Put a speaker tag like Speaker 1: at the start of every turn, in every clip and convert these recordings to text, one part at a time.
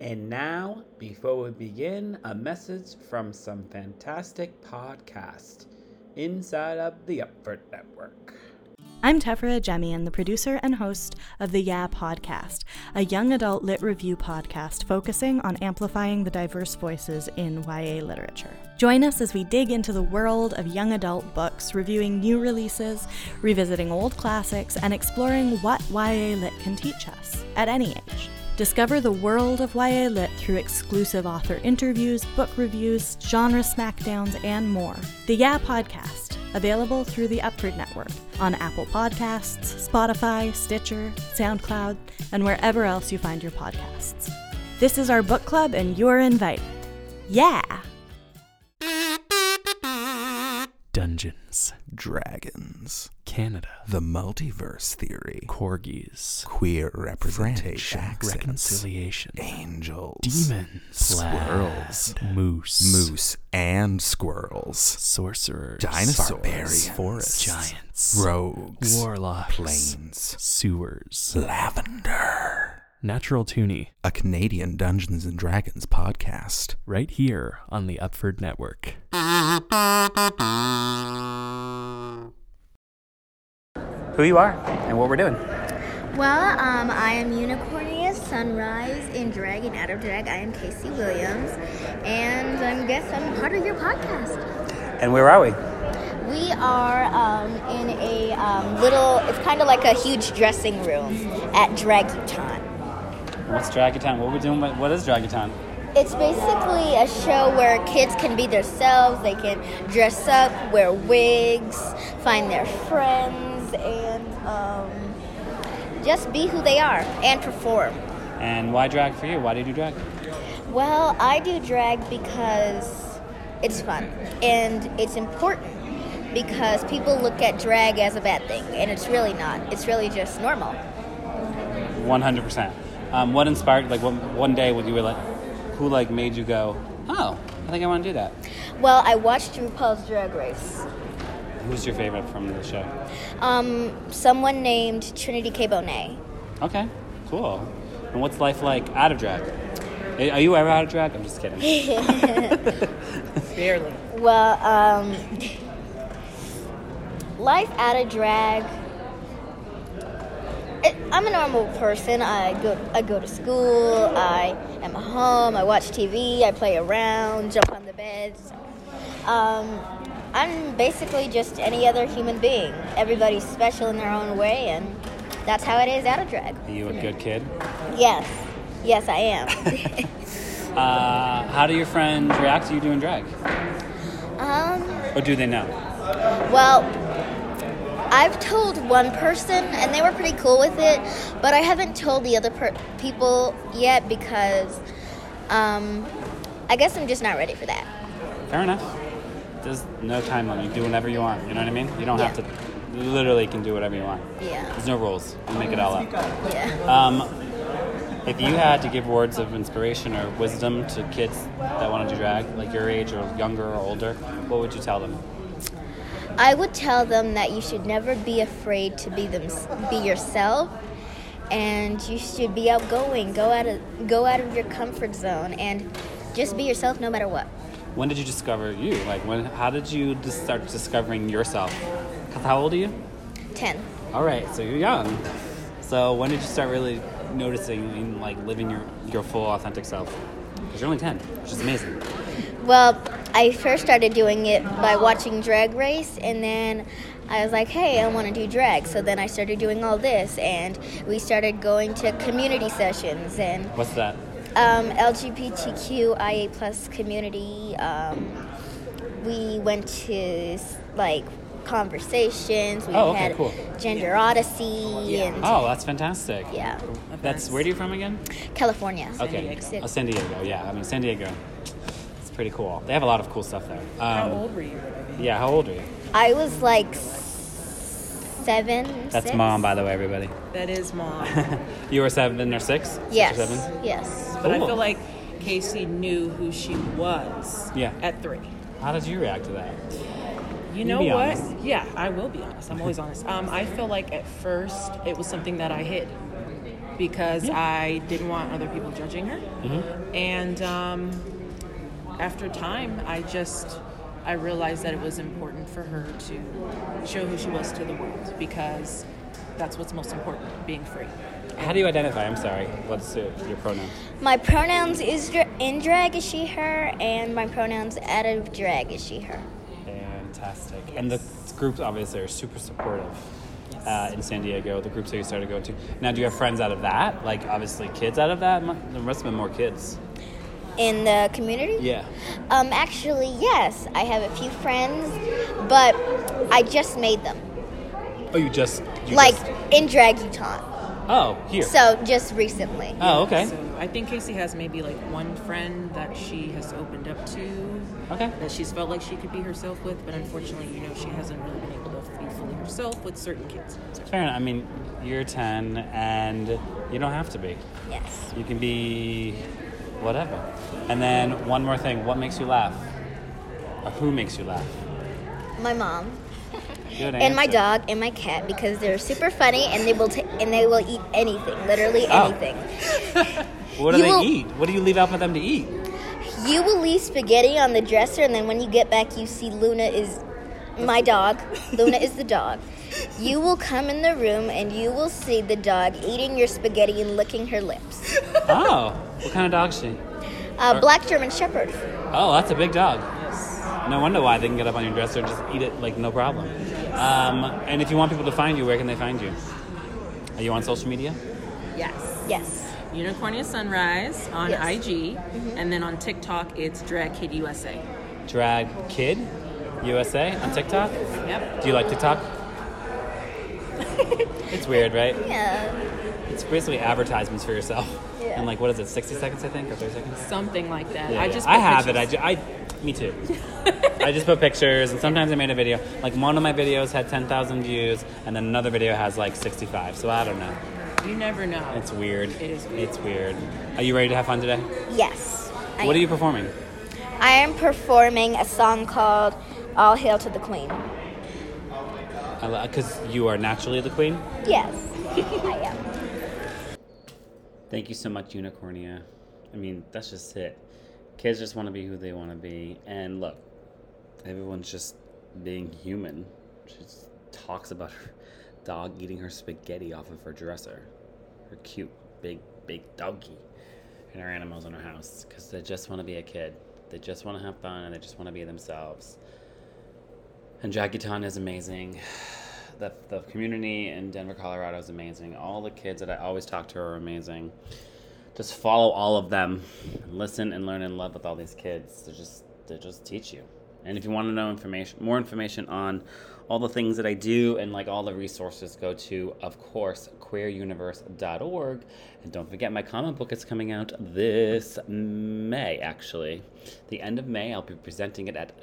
Speaker 1: And now, before we begin, a message from some fantastic podcast inside of the Upford Network.
Speaker 2: I'm Tefra Jemian, the producer and host of the Yeah Podcast, a young adult lit review podcast focusing on amplifying the diverse voices in YA literature. Join us as we dig into the world of young adult books, reviewing new releases, revisiting old classics, and exploring what YA lit can teach us at any age. Discover the world of YA Lit through exclusive author interviews, book reviews, genre smackdowns, and more. The Yeah Podcast, available through the Upford Network on Apple Podcasts, Spotify, Stitcher, SoundCloud, and wherever else you find your podcasts. This is our book club, and you're invited. Yeah!
Speaker 3: Dungeons,
Speaker 4: Dragons.
Speaker 3: Canada,
Speaker 4: The multiverse theory.
Speaker 3: corgis,
Speaker 4: Queer representation.
Speaker 3: French
Speaker 4: accents,
Speaker 3: reconciliation,
Speaker 4: Angels.
Speaker 3: demons,
Speaker 4: Squirrels.
Speaker 3: lad, moose,
Speaker 4: Moose and squirrels.
Speaker 3: sorcerers,
Speaker 4: Dinosaurs.
Speaker 3: barbarians,
Speaker 4: forests,
Speaker 3: giants,
Speaker 4: Rogues.
Speaker 3: warlocks,
Speaker 4: Plains.
Speaker 3: sewers,
Speaker 4: Lavender.
Speaker 3: natural toonie,
Speaker 4: A Canadian Dungeons and Dragons podcast.
Speaker 3: right here on the Upford Network.
Speaker 1: Who you are and what we're doing.
Speaker 5: Well, um, I am Unicornia, Sunrise, and Dragon Out of Drag. I am Casey Williams, and I guess I'm part of your podcast.
Speaker 1: And where are we?
Speaker 5: We are um, in a um, little, it's kind of like a huge dressing room at Draguton.
Speaker 1: What's Dragutown? What are we doing? What what is Dragutown?
Speaker 5: It's basically a show where kids can be themselves, they can dress up, wear wigs, find their friends, and um, just be who they are and perform.
Speaker 1: And why drag for you? Why do you do drag?
Speaker 5: Well, I do drag because it's fun and it's important because people look at drag as a bad thing and it's really not. It's really just normal.
Speaker 1: 100%. Um, what inspired, like, one, one day when you were like, who, like, made you go, oh, I think I want to do that?
Speaker 5: Well, I watched RuPaul's Drag Race.
Speaker 1: Who's your favorite from the show?
Speaker 5: Um, someone named Trinity K. Bonet.
Speaker 1: Okay, cool. And what's life like out of drag? Eh, Are you ever out of drag? I'm just kidding. Barely.
Speaker 5: Well, um, life out of drag. It, I'm a normal person. I go, I go to school. I am at home. I watch TV. I play around. Jump on the beds. Um, I'm basically just any other human being. Everybody's special in their own way, and that's how it is out of drag.
Speaker 1: Are you a good kid?
Speaker 5: Yes, yes, I am.
Speaker 1: Uh, how do your friends react to you doing drag?
Speaker 5: um.
Speaker 1: Or do they know?
Speaker 5: Well, I've told one person, and they were pretty cool with it, but I haven't told the other per- people yet because um, I guess I'm just not ready for that.
Speaker 1: Fair enough. There's no time limit. You do whatever you want. You know what I mean? You don't have
Speaker 5: Yeah.
Speaker 1: to. You literally can do whatever you want.
Speaker 5: Yeah,
Speaker 1: There's no rules. You make it all up.
Speaker 5: yeah.
Speaker 1: Um, if you had to give words of inspiration or wisdom to kids that want to do drag, like your age or younger or older, what would you tell them?
Speaker 5: I would tell them that you should never be afraid to be them, be yourself, and you should be outgoing. Go out of go out of your comfort zone and just be yourself no matter what.
Speaker 1: When did you discover you? Like, when? How did you dis- start discovering yourself? 'Cause How old are you?
Speaker 5: Ten.
Speaker 1: All right, so you're young. So when did you start really noticing and like living your your full authentic self? Because you're only ten, which is amazing.
Speaker 5: Well, I first started doing it by watching Drag Race, and then I was like, hey, I want to do drag. So then I started doing all this, and we started going to community sessions and
Speaker 1: What's that?
Speaker 5: um, LGBTQIA plus community. Um, we went to like conversations. We
Speaker 1: Oh, okay,
Speaker 5: had
Speaker 1: cool.
Speaker 5: Gender Odyssey and
Speaker 1: Oh, that's fantastic.
Speaker 5: yeah,
Speaker 1: That's where are you from again?
Speaker 5: California.
Speaker 1: okay.
Speaker 5: Diego.
Speaker 1: Oh, San Diego. Yeah, I mean San Diego. It's pretty cool. They have a lot of cool stuff there. Um, how old were you? Yeah, how old were you?
Speaker 5: I was like s- seven.
Speaker 1: That's
Speaker 5: six?
Speaker 1: mom, by the way, everybody.
Speaker 6: That is mom.
Speaker 1: You were seven or six? Six or
Speaker 5: Yes.
Speaker 1: seven?
Speaker 5: Yes.
Speaker 6: But I
Speaker 1: Cool.
Speaker 6: feel like Casey knew who she was
Speaker 1: Yeah.
Speaker 6: at three.
Speaker 1: How did you react to that?
Speaker 6: You know
Speaker 1: be
Speaker 6: what?
Speaker 1: honest.
Speaker 6: Yeah, I will be honest. I'm always honest. Um, I feel like at first it was something that I hid because I didn't want other people judging her.
Speaker 1: Mm-hmm.
Speaker 6: And um, after time, I just I realized that it was important for her to show who she was to the world because that's what's most important: being free.
Speaker 1: How do you identify? I'm sorry. What's your, your pronoun?
Speaker 5: My pronouns is dra- in drag is she her, and my pronouns out of drag is she her.
Speaker 1: Fantastic. And the groups obviously are super supportive uh, in San Diego, the groups that you started going to. Now, do you have friends out of that? Like, obviously, kids out of that? Mu- There must have been more kids.
Speaker 5: In the community?
Speaker 1: Yeah.
Speaker 5: Um, actually, yes. I have a few friends, but I just made them.
Speaker 1: Oh, you just. You
Speaker 5: like
Speaker 1: just-
Speaker 5: in drag you taunt.
Speaker 1: oh, here.
Speaker 5: So just recently.
Speaker 1: oh, okay.
Speaker 6: So I think Casey has maybe like one friend that she has opened up to.
Speaker 1: Okay.
Speaker 6: That she's felt like she could be herself with, but unfortunately, you know, she hasn't really been able to be fully herself with certain kids.
Speaker 1: Fair enough. I mean, you're 10 and you don't have to be.
Speaker 5: Yes.
Speaker 1: You can be whatever. And then one more thing what makes you laugh? Or who makes you laugh?
Speaker 5: My mom
Speaker 1: Good
Speaker 5: and my
Speaker 1: answer.
Speaker 5: dog and my cat because they're super funny and they will t- and they will eat anything, literally
Speaker 1: Oh.
Speaker 5: anything.
Speaker 1: What do
Speaker 5: You
Speaker 1: they
Speaker 5: will-
Speaker 1: eat? What do you leave out for them to eat?
Speaker 5: You will leave spaghetti on the dresser and then when you get back you see Luna is my dog. Luna is the dog. You will come in the room and you will see the dog eating your spaghetti and licking her lips.
Speaker 1: Oh, what kind of dog is she?
Speaker 5: Uh, black German Shepherd.
Speaker 1: Oh, that's a big dog. No wonder why they can get up on your dresser and just eat it like no problem. Um, and if you want people to find you, where can they find you? Are you on social media?
Speaker 6: Yes.
Speaker 5: Yes.
Speaker 6: Unicornia Sunrise on
Speaker 5: Yes.
Speaker 6: IG,
Speaker 1: Mm-hmm.
Speaker 6: and then on TikTok, it's Drag Kid USA.
Speaker 1: Drag Kid USA on TikTok?
Speaker 6: Yep.
Speaker 1: Do you like TikTok? it's weird, right?
Speaker 5: Yeah.
Speaker 1: It's basically advertisements for yourself.
Speaker 5: Yeah.
Speaker 1: And like, what is it, 60 seconds, I think, or 30 seconds?
Speaker 6: Something like that.
Speaker 1: Yeah,
Speaker 6: I
Speaker 1: yeah.
Speaker 6: just
Speaker 1: I
Speaker 6: put
Speaker 1: have
Speaker 6: pictures-
Speaker 1: it. I, ju- I, me too. I just put pictures, and sometimes I made a video. Like one of my videos had 10,000 views, and then another video has like 65. So I don't know.
Speaker 6: You never know.
Speaker 1: It's weird.
Speaker 6: It is weird.
Speaker 1: It's weird. Are you ready to have fun today?
Speaker 5: Uh, Yes. I
Speaker 1: what are
Speaker 5: am.
Speaker 1: you performing?
Speaker 5: I am performing a song called All Hail to the Queen.
Speaker 1: Because you are naturally the queen.
Speaker 5: Yes, I am.
Speaker 1: Thank you so much, Unicornia. I mean, that's just it. Kids just want to be who they want to be. And look, everyone's just being human. She just talks about her dog eating her spaghetti off of her dresser. Her cute, big, big doggy. And her animals in her house. Because they just want to be a kid. They just want to have fun and they just want to be themselves. And Jackie Tan is amazing. The, the community in Denver, Colorado is amazing. All the kids that I always talk to are amazing. Just follow all of them. And listen and learn and love with all these kids. They just they just teach you. And if you want to know information, more information on all the things that I do and like all the resources, go to of course queeruniverse.org. And don't forget my comic book is coming out this May actually. The end of May, I'll be presenting it at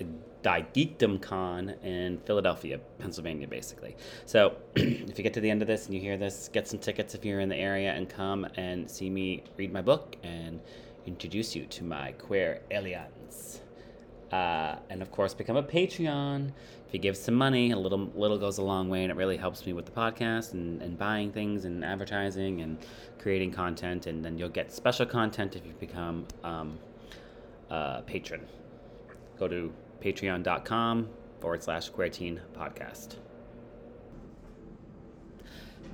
Speaker 1: DiGeekdomCon in Philadelphia, Pennsylvania, basically. So if you get to the end of this and you hear this, get some tickets if you're in the area and come and see me read my book and introduce you to my queer aliens. Uh, and of course, become a Patreon. If you give some money, a little little goes a long way, and it really helps me with the podcast and, and buying things and advertising and creating content. And then you'll get special content if you become um, a patron go to patreon.com forward slash queer teen podcast.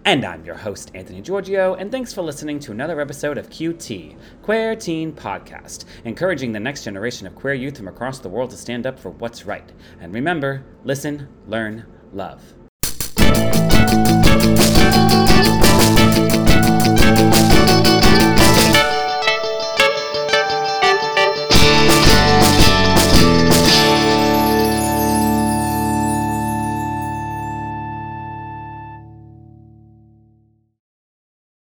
Speaker 1: And I'm your host, Anthony Giorgio, and thanks for listening to another episode of QT, Queer Teen Podcast, encouraging the next generation of queer youth from across the world to stand up for what's right. And remember listen, learn, love.